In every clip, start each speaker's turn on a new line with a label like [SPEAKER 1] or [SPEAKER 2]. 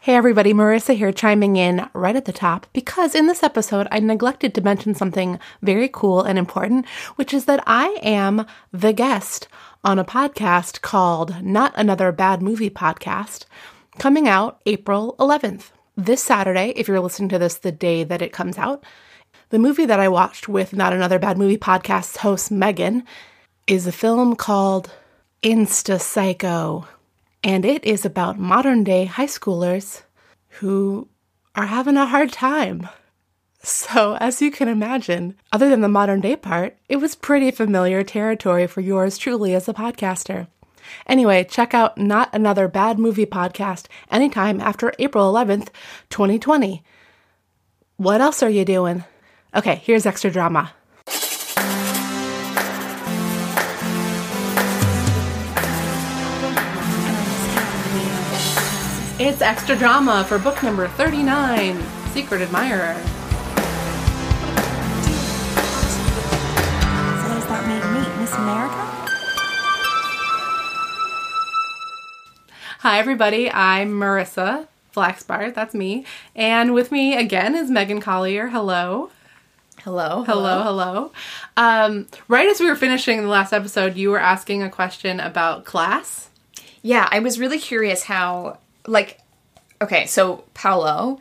[SPEAKER 1] Hey everybody, Marissa here chiming in right at the top because in this episode I neglected to mention something very cool and important, which is that I am the guest on a podcast called Not Another Bad Movie Podcast coming out April 11th. This Saturday, if you're listening to this the day that it comes out, the movie that I watched with Not Another Bad Movie Podcast's host Megan is a film called Insta Psycho. And it is about modern day high schoolers who are having a hard time. So, as you can imagine, other than the modern day part, it was pretty familiar territory for yours truly as a podcaster. Anyway, check out Not Another Bad Movie Podcast anytime after April 11th, 2020. What else are you doing? Okay, here's extra drama. It's extra drama for book number 39 Secret Admirer.
[SPEAKER 2] So what does that make me? Miss America?
[SPEAKER 1] Hi, everybody. I'm Marissa Flaxbart. That's me. And with me again is Megan Collier. Hello.
[SPEAKER 3] Hello.
[SPEAKER 1] Hello, hello. Um, right as we were finishing the last episode, you were asking a question about class.
[SPEAKER 3] Yeah, I was really curious how, like, okay, so Paolo,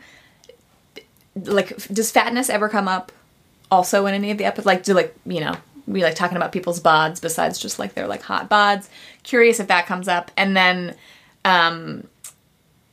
[SPEAKER 3] like, f- does fatness ever come up also in any of the episodes? Like, do, like, you know, we like talking about people's bods besides just like their like hot bods. Curious if that comes up. And then, um,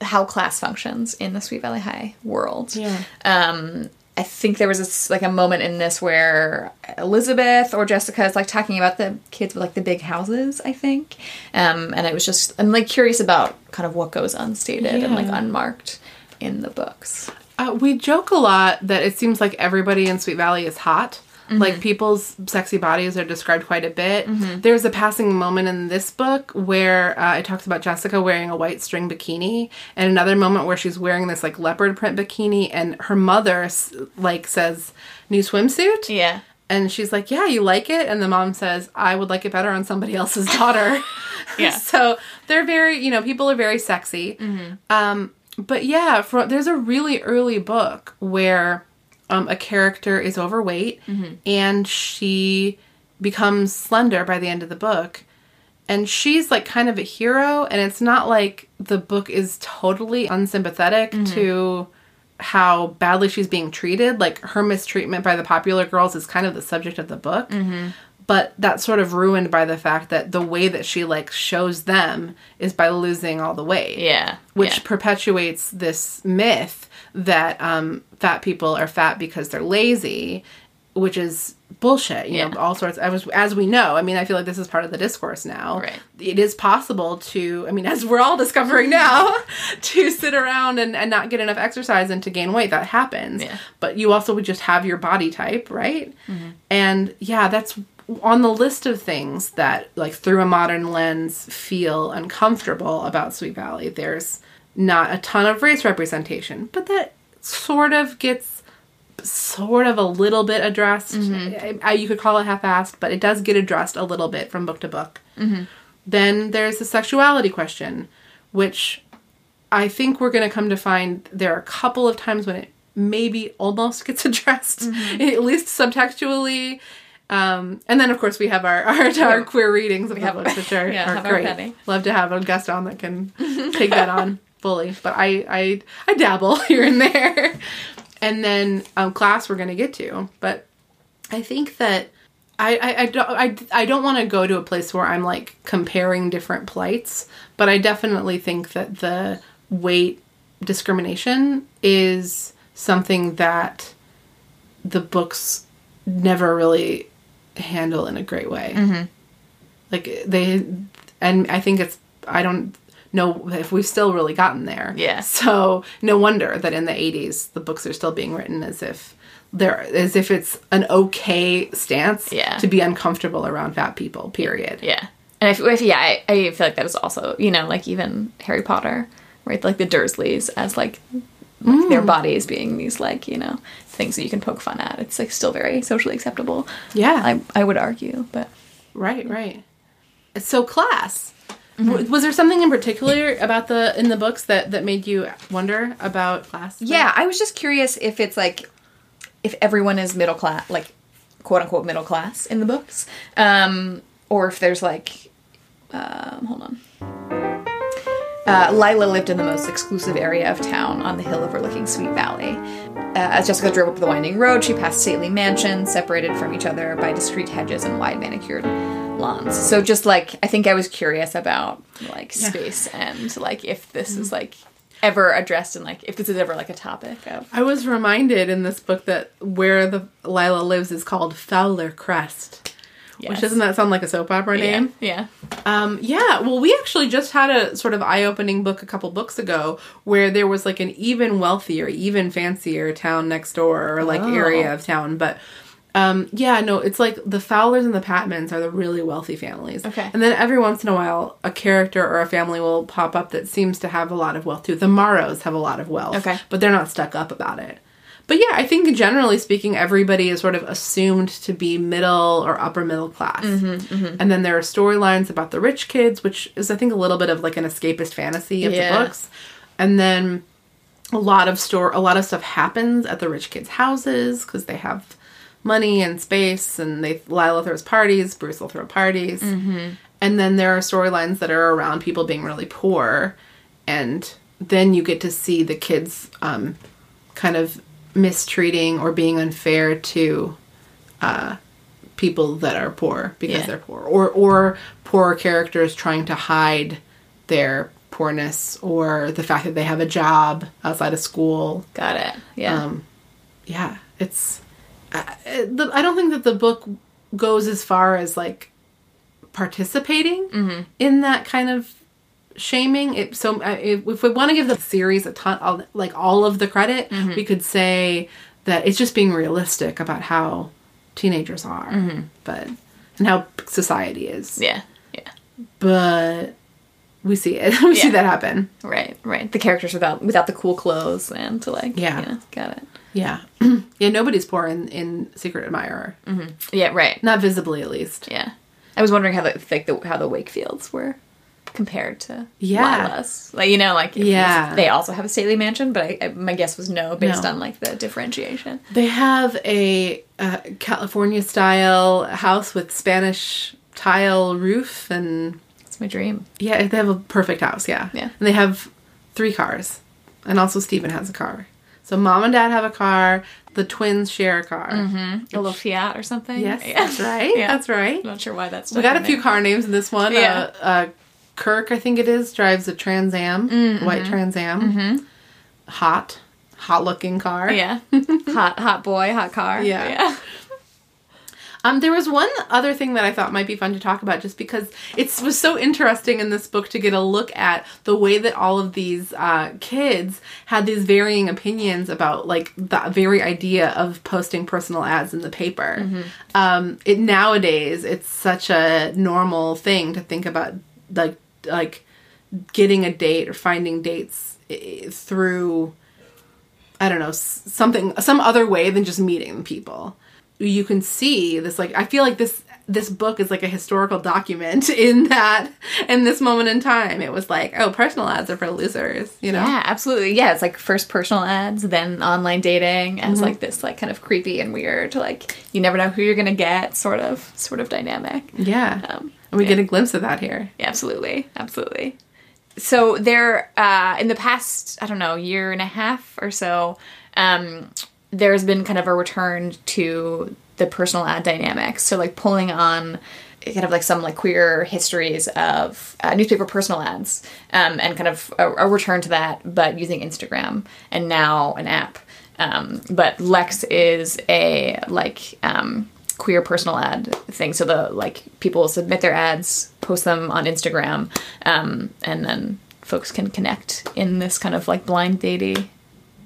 [SPEAKER 3] how class functions in the Sweet Valley High world.
[SPEAKER 1] Yeah.
[SPEAKER 3] um I think there was this, like a moment in this where Elizabeth or Jessica is like talking about the kids with like the big houses, I think. Um, and it was just I'm like curious about kind of what goes unstated and like
[SPEAKER 1] Yeah.
[SPEAKER 3] unmarked in the books.
[SPEAKER 1] Uh, we joke a lot that it seems like everybody in Sweet Valley is hot.
[SPEAKER 3] Mm-hmm.
[SPEAKER 1] Like people's sexy bodies are described quite a bit.
[SPEAKER 3] Mm-hmm.
[SPEAKER 1] There's a passing moment in this book where uh, it talks about Jessica wearing a white string bikini, and another moment where she's wearing this like leopard print bikini, and her mother s- like says, "New swimsuit."
[SPEAKER 3] Yeah.
[SPEAKER 1] And she's like, "Yeah, you like it?" And the mom says, "I would like it better on somebody else's daughter."
[SPEAKER 3] Yeah. Mm-hmm.
[SPEAKER 1] so they're very, you know, people are very sexy. Um, but yeah, for, there's a really early book where um, a character is overweight and she becomes slender by the end of the book. And she's like kind of a hero, and it's not like the book is totally unsympathetic to how badly she's being treated. Like her mistreatment by the popular girls is kind of the subject of the book but that's sort of ruined by the fact that the way that she like shows them is by losing all the weight
[SPEAKER 3] Yeah.
[SPEAKER 1] which
[SPEAKER 3] Yeah.
[SPEAKER 1] perpetuates this myth that um, fat people are fat because they're lazy which is bullshit you
[SPEAKER 3] Yeah.
[SPEAKER 1] know all sorts i was as we know i mean i feel like this is part of the discourse now
[SPEAKER 3] Right.
[SPEAKER 1] it is possible to i mean as we're all discovering now to sit around and, and not get enough exercise and to gain weight that happens
[SPEAKER 3] Yeah. Mm-hmm.
[SPEAKER 1] but you also would just have your body type right and yeah that's on the list of things that like through a modern lens feel uncomfortable about sweet valley there's not a ton of race representation but that sort of gets sort of a little bit addressed
[SPEAKER 3] Mm-hmm.
[SPEAKER 1] I, I- you could call it half-assed but it does get addressed a little bit from book to book then there's the sexuality question which I think we're going to come to find there are a couple of times when it maybe almost gets addressed,
[SPEAKER 3] Mm-hmm.
[SPEAKER 1] at least subtextually. Um, and then, of course, we have our our, our queer readings of the
[SPEAKER 3] have-
[SPEAKER 1] books, which are,
[SPEAKER 3] yeah,
[SPEAKER 1] are
[SPEAKER 3] have our
[SPEAKER 1] great.
[SPEAKER 3] penny.
[SPEAKER 1] Love to have a guest on that can take that on fully. But I I, I dabble here and there. And then um, class we're going to get to, but I think that I, I, I don't I, I don't want to go to a place where I'm like comparing different plights, but I definitely think that the weight discrimination is something that the books never really handle in a great way.
[SPEAKER 3] Mm-hmm.
[SPEAKER 1] Like they, and I think it's I don't know if we've still really gotten there.
[SPEAKER 3] Yeah.
[SPEAKER 1] So no wonder that in the 80s the books are still being written as if there as if it's an okay stance
[SPEAKER 3] Yeah.
[SPEAKER 1] to be uncomfortable around fat people. Period.
[SPEAKER 3] Yeah. And I f- if, yeah, I, I feel like that is also, you know, like even Harry Potter, right? Like the Dursleys as like, like their bodies being these like, you know, things that you can poke fun at. It's like still very socially acceptable.
[SPEAKER 1] Yeah.
[SPEAKER 3] I, I would argue, but
[SPEAKER 1] Right, right. So class.
[SPEAKER 3] Mm-hmm.
[SPEAKER 1] W- Was there something in particular about the in the books that that made you wonder about class?
[SPEAKER 3] Yeah, I was just curious if it's like if everyone is middle class, like quote unquote middle class in the books, um, or if there's like, um, hold on. Uh, Lila lived in the most exclusive area of town on the hill overlooking Sweet Valley. Uh, as Jessica drove up the winding road, she passed stately mansions separated from each other by discreet hedges and wide manicured lawns. So, just like, I think I was curious about like space and like if this
[SPEAKER 1] Mm.
[SPEAKER 3] is like ever addressed and like if this is ever like a topic of.
[SPEAKER 1] I was reminded in this book that where the Lila lives is called Fowler Crest. Which
[SPEAKER 3] Yes.
[SPEAKER 1] doesn't that sound like a soap opera
[SPEAKER 3] Yeah.
[SPEAKER 1] name?
[SPEAKER 3] yeah.
[SPEAKER 1] Um, yeah, well, we actually just had a sort of eye opening book a couple books ago where there was like an even wealthier, even fancier town next door or
[SPEAKER 3] Oh.
[SPEAKER 1] like area of town. But um, yeah, no, it's like the Fowlers and the Patmans are the really wealthy families.
[SPEAKER 3] Okay.
[SPEAKER 1] And then every once in a while, a character or a family will pop up that seems to have a lot of wealth too. The Morrows have a lot of wealth.
[SPEAKER 3] Okay.
[SPEAKER 1] But they're not stuck up about it. But yeah, I think generally speaking, everybody is sort of assumed to be middle or upper middle class. And then there are storylines about the rich kids, which is, I think, a little bit of like an escapist fantasy of
[SPEAKER 3] Yeah.
[SPEAKER 1] the books. And then a lot of store, a lot of stuff happens at the rich kids' houses because they have money and space, and they Lila throws parties, Bruce will throw parties. And then there are storylines that are around people being really poor, and then you get to see the kids um, kind of mistreating or being unfair to uh, people that are poor because
[SPEAKER 3] Yeah.
[SPEAKER 1] they're poor, or or poor characters trying to hide their poorness or the fact that they have a job outside of school.
[SPEAKER 3] Got it. Yeah.
[SPEAKER 1] Um, yeah, it's. I, the, I don't think that the book goes as far as like participating
[SPEAKER 3] Mm-hmm.
[SPEAKER 1] in that kind of shaming. It so I- if, if we want to give the series a ton, all, like all of the credit,
[SPEAKER 3] Mm-hmm.
[SPEAKER 1] we could say that it's just being realistic about how teenagers are, but and how society is.
[SPEAKER 3] Mm-hmm. yeah. Yeah.
[SPEAKER 1] But we see it. we see
[SPEAKER 3] Yeah.
[SPEAKER 1] that happen.
[SPEAKER 3] Right. Right. The characters without without the cool clothes and to like.
[SPEAKER 1] Yeah.
[SPEAKER 3] Got it.
[SPEAKER 1] Yeah, yeah. Nobody's poor in in Secret Admirer,
[SPEAKER 3] Mm-hmm. Yeah. Right.
[SPEAKER 1] not visibly at least.
[SPEAKER 3] Yeah. I was wondering how the like the, how the Wakefields were compared to
[SPEAKER 1] Yeah.
[SPEAKER 3] Lila's. Like you know like if
[SPEAKER 1] Yeah.
[SPEAKER 3] they also have a stately mansion, but I, I, my guess was no based
[SPEAKER 1] No.
[SPEAKER 3] on like the differentiation.
[SPEAKER 1] They have a uh, California style house with Spanish tile roof, and
[SPEAKER 3] It's my dream.
[SPEAKER 1] yeah, they have a perfect house. Yeah,
[SPEAKER 3] Yeah.
[SPEAKER 1] And they have three cars, and also Stephen has a car. So mom and dad have a car. The twins share a car.
[SPEAKER 3] A little Fiat or something.
[SPEAKER 1] Yes,
[SPEAKER 3] Mm-hmm. Yeah.
[SPEAKER 1] that's right.
[SPEAKER 3] Yeah.
[SPEAKER 1] That's right.
[SPEAKER 3] I'm not sure why that's.
[SPEAKER 1] We got a few car names in this one.
[SPEAKER 3] Yeah.
[SPEAKER 1] Uh, uh, Kirk, I think it is, drives a Trans Am,
[SPEAKER 3] Mm-hmm.
[SPEAKER 1] white Trans Am. Hot, hot looking car.
[SPEAKER 3] Yeah. hot hot boy, hot car.
[SPEAKER 1] Yeah. Um, there was one other thing that I thought might be fun to talk about, just because it was so interesting in this book to get a look at the way that all of these uh, kids had these varying opinions about like the very idea of posting personal ads in the paper. Um, it nowadays it's such a normal thing to think about like like getting a date or finding dates eh, through I don't know, s- something some other way than just meeting people. You can see this like I feel like this this book is like a historical document in that in this moment in time. It was like, oh, personal ads are for losers, you know.
[SPEAKER 3] Yeah, absolutely. Yeah, it's like first personal ads, then online dating
[SPEAKER 1] Mm-hmm.
[SPEAKER 3] as like this like kind of creepy and weird, like you never know who you're gonna get, sort of sort of dynamic.
[SPEAKER 1] Yeah.
[SPEAKER 3] Um,
[SPEAKER 1] and we
[SPEAKER 3] yeah.
[SPEAKER 1] get a glimpse of that here.
[SPEAKER 3] Yeah, absolutely, absolutely. So there, uh, in the past, I don't know, year and a half or so, um, there's been kind of a return to the personal ad dynamics. So like pulling on kind of like some like queer histories of uh, newspaper personal ads um, and kind of a, a return to that, but using Instagram and now an app. Um, but Lex is a like um, queer personal ad thing. So the like people submit their ads, post them on Instagram, um, and then folks can connect in this kind of like blind datey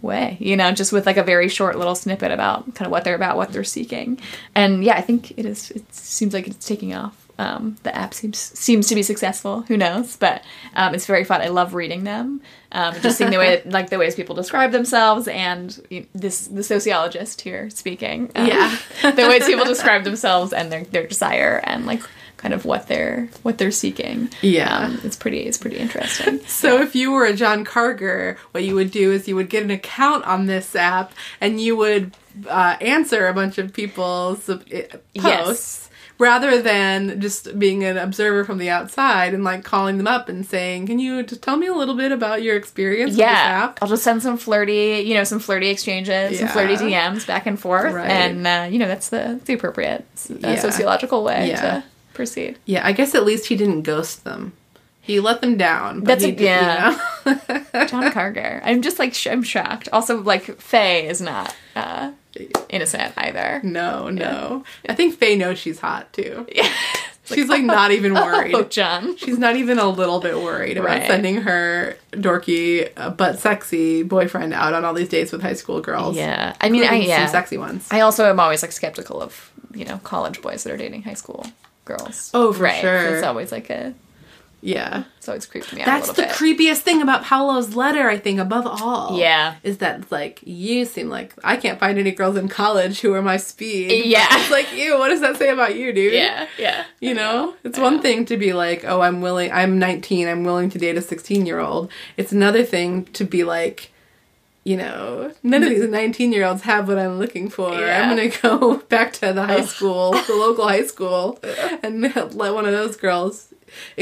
[SPEAKER 3] way, you know, just with like a very short little snippet about kind of what they're about, what they're seeking. And yeah, I think it is. It seems like it's taking off. Um, the app seems seems to be successful. Who knows? But um, it's very fun. I love reading them. Um, just seeing the way like the ways people describe themselves and you this the sociologist here speaking. um,
[SPEAKER 1] Yeah.
[SPEAKER 3] the ways people describe themselves and their their desire and like kind of what they're what they're seeking.
[SPEAKER 1] Yeah.
[SPEAKER 3] Um, it's pretty it's pretty interesting.
[SPEAKER 1] So if you were a John Carger, what you would do is you would get an account on this app and you would uh, answer a bunch of people's uh, posts
[SPEAKER 3] Yes.
[SPEAKER 1] rather than just being an observer from the outside and like calling them up and saying, "Can you just tell me a little bit about your experience with this
[SPEAKER 3] yeah,
[SPEAKER 1] app?"
[SPEAKER 3] I'll just send some flirty, you know, some flirty exchanges, some
[SPEAKER 1] Yeah.
[SPEAKER 3] flirty DMs back and forth,
[SPEAKER 1] Right.
[SPEAKER 3] and uh, you know that's the the appropriate uh,
[SPEAKER 1] Yeah.
[SPEAKER 3] sociological way
[SPEAKER 1] Yeah.
[SPEAKER 3] to proceed.
[SPEAKER 1] Yeah, I guess at least he didn't ghost them. He let them down. But
[SPEAKER 3] That's
[SPEAKER 1] he
[SPEAKER 3] a-
[SPEAKER 1] did-
[SPEAKER 3] yeah.
[SPEAKER 1] you know.
[SPEAKER 3] John Carger, I'm just like sh- I'm shocked. Also, like Faye is not uh, innocent either.
[SPEAKER 1] no, no. I think Faye knows she's hot too. She's like not even worried.
[SPEAKER 3] Oh, John.
[SPEAKER 1] She's not even a little bit worried about
[SPEAKER 3] Right.
[SPEAKER 1] sending her dorky uh, but sexy boyfriend out on all these dates with high school girls.
[SPEAKER 3] Yeah, I mean, I
[SPEAKER 1] Including
[SPEAKER 3] yeah.
[SPEAKER 1] some sexy ones.
[SPEAKER 3] I also am always like skeptical of you know college boys that are dating high school girls.
[SPEAKER 1] Oh, for
[SPEAKER 3] right.
[SPEAKER 1] sure.
[SPEAKER 3] It's always like a
[SPEAKER 1] yeah,
[SPEAKER 3] it's always creeped me out a
[SPEAKER 1] that's
[SPEAKER 3] little
[SPEAKER 1] the
[SPEAKER 3] bit.
[SPEAKER 1] creepiest thing about Paolo's letter. I think above all,
[SPEAKER 3] Yeah.
[SPEAKER 1] is that like you seem like I can't find any girls in college who are my speed.
[SPEAKER 3] Yeah.
[SPEAKER 1] it's like ew. What does that say about you, dude?
[SPEAKER 3] yeah, yeah.
[SPEAKER 1] You know, it's one thing to be like, oh, I'm willing, I'm 19, I'm willing to date a 16 year old. It's another thing to be like, you know, none of these 19 year olds have what I'm looking for.
[SPEAKER 3] Mm-hmm. Yeah.
[SPEAKER 1] I'm going to go back to the high school, the local high school, and let one of those girls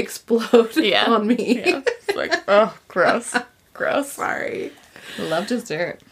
[SPEAKER 1] explode
[SPEAKER 3] Yeah.
[SPEAKER 1] on me.
[SPEAKER 3] Yeah. It's like, oh, gross. Gross.
[SPEAKER 1] Sorry.
[SPEAKER 3] Love dessert.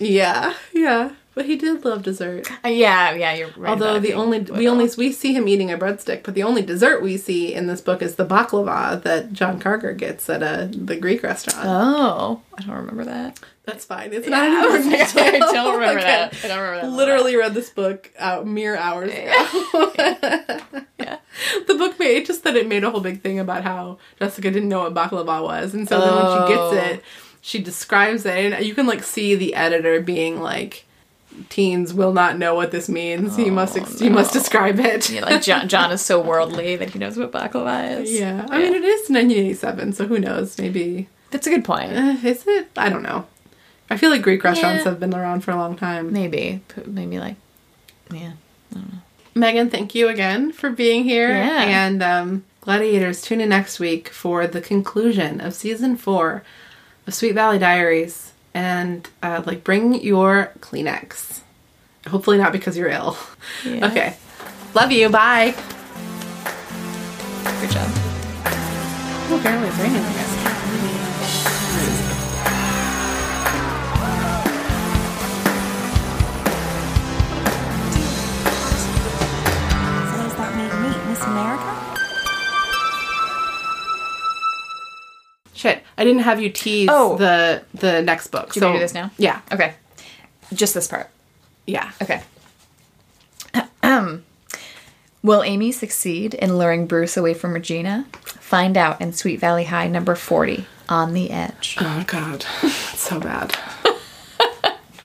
[SPEAKER 1] Yeah, yeah. But he did love dessert.
[SPEAKER 3] Uh, yeah, yeah, you're right.
[SPEAKER 1] Although
[SPEAKER 3] about
[SPEAKER 1] the
[SPEAKER 3] it.
[SPEAKER 1] only we
[SPEAKER 3] Well,
[SPEAKER 1] only we see him eating a breadstick, but the only dessert we see in this book is the baklava that John Carger gets at a the Greek restaurant.
[SPEAKER 3] Oh, I don't remember that.
[SPEAKER 1] That's fine. It's not an important
[SPEAKER 3] I
[SPEAKER 1] detail.
[SPEAKER 3] don't remember
[SPEAKER 1] Again,
[SPEAKER 3] that. I don't remember that.
[SPEAKER 1] Literally read this book uh, mere hours ago.
[SPEAKER 3] Yeah.
[SPEAKER 1] The book made it just that it made a whole big thing about how Jessica didn't know what baklava was, and so then when she gets
[SPEAKER 3] Oh.
[SPEAKER 1] it, she describes it, and you can like see the editor being like, "Teens will not know what this means. you must ex- you must
[SPEAKER 3] Oh, no.
[SPEAKER 1] describe it."
[SPEAKER 3] Yeah, like John, John is so worldly that he knows what baklava is.
[SPEAKER 1] Yeah, I mean it is 1987, so who knows? Maybe
[SPEAKER 3] that's a good point.
[SPEAKER 1] uh, is it? I don't know. I feel like Greek restaurants
[SPEAKER 3] Yeah.
[SPEAKER 1] have been around for a long time.
[SPEAKER 3] Maybe, P- maybe like, yeah.
[SPEAKER 1] Megan, thank you again for being here.
[SPEAKER 3] Yeah.
[SPEAKER 1] And um, Gladiators, tune in next week for the conclusion of season four of Sweet Valley Diaries, and uh, like bring your Kleenex. Hopefully not because you're ill.
[SPEAKER 3] Yeah.
[SPEAKER 1] Okay, love you. Bye.
[SPEAKER 3] Good job.
[SPEAKER 1] Oh, barely bringing this.
[SPEAKER 2] So does that make me Miss America?
[SPEAKER 1] Shit, I didn't have you tease
[SPEAKER 3] Oh.
[SPEAKER 1] the the next book.
[SPEAKER 3] Do you
[SPEAKER 1] so
[SPEAKER 3] wanna do this now?
[SPEAKER 1] Yeah,
[SPEAKER 3] Okay, just this part.
[SPEAKER 1] yeah.
[SPEAKER 3] Okay. Will Amy succeed in luring Bruce away from Regina? Find out in Sweet Valley High number 40, On the Edge.
[SPEAKER 1] Oh God, It's so bad.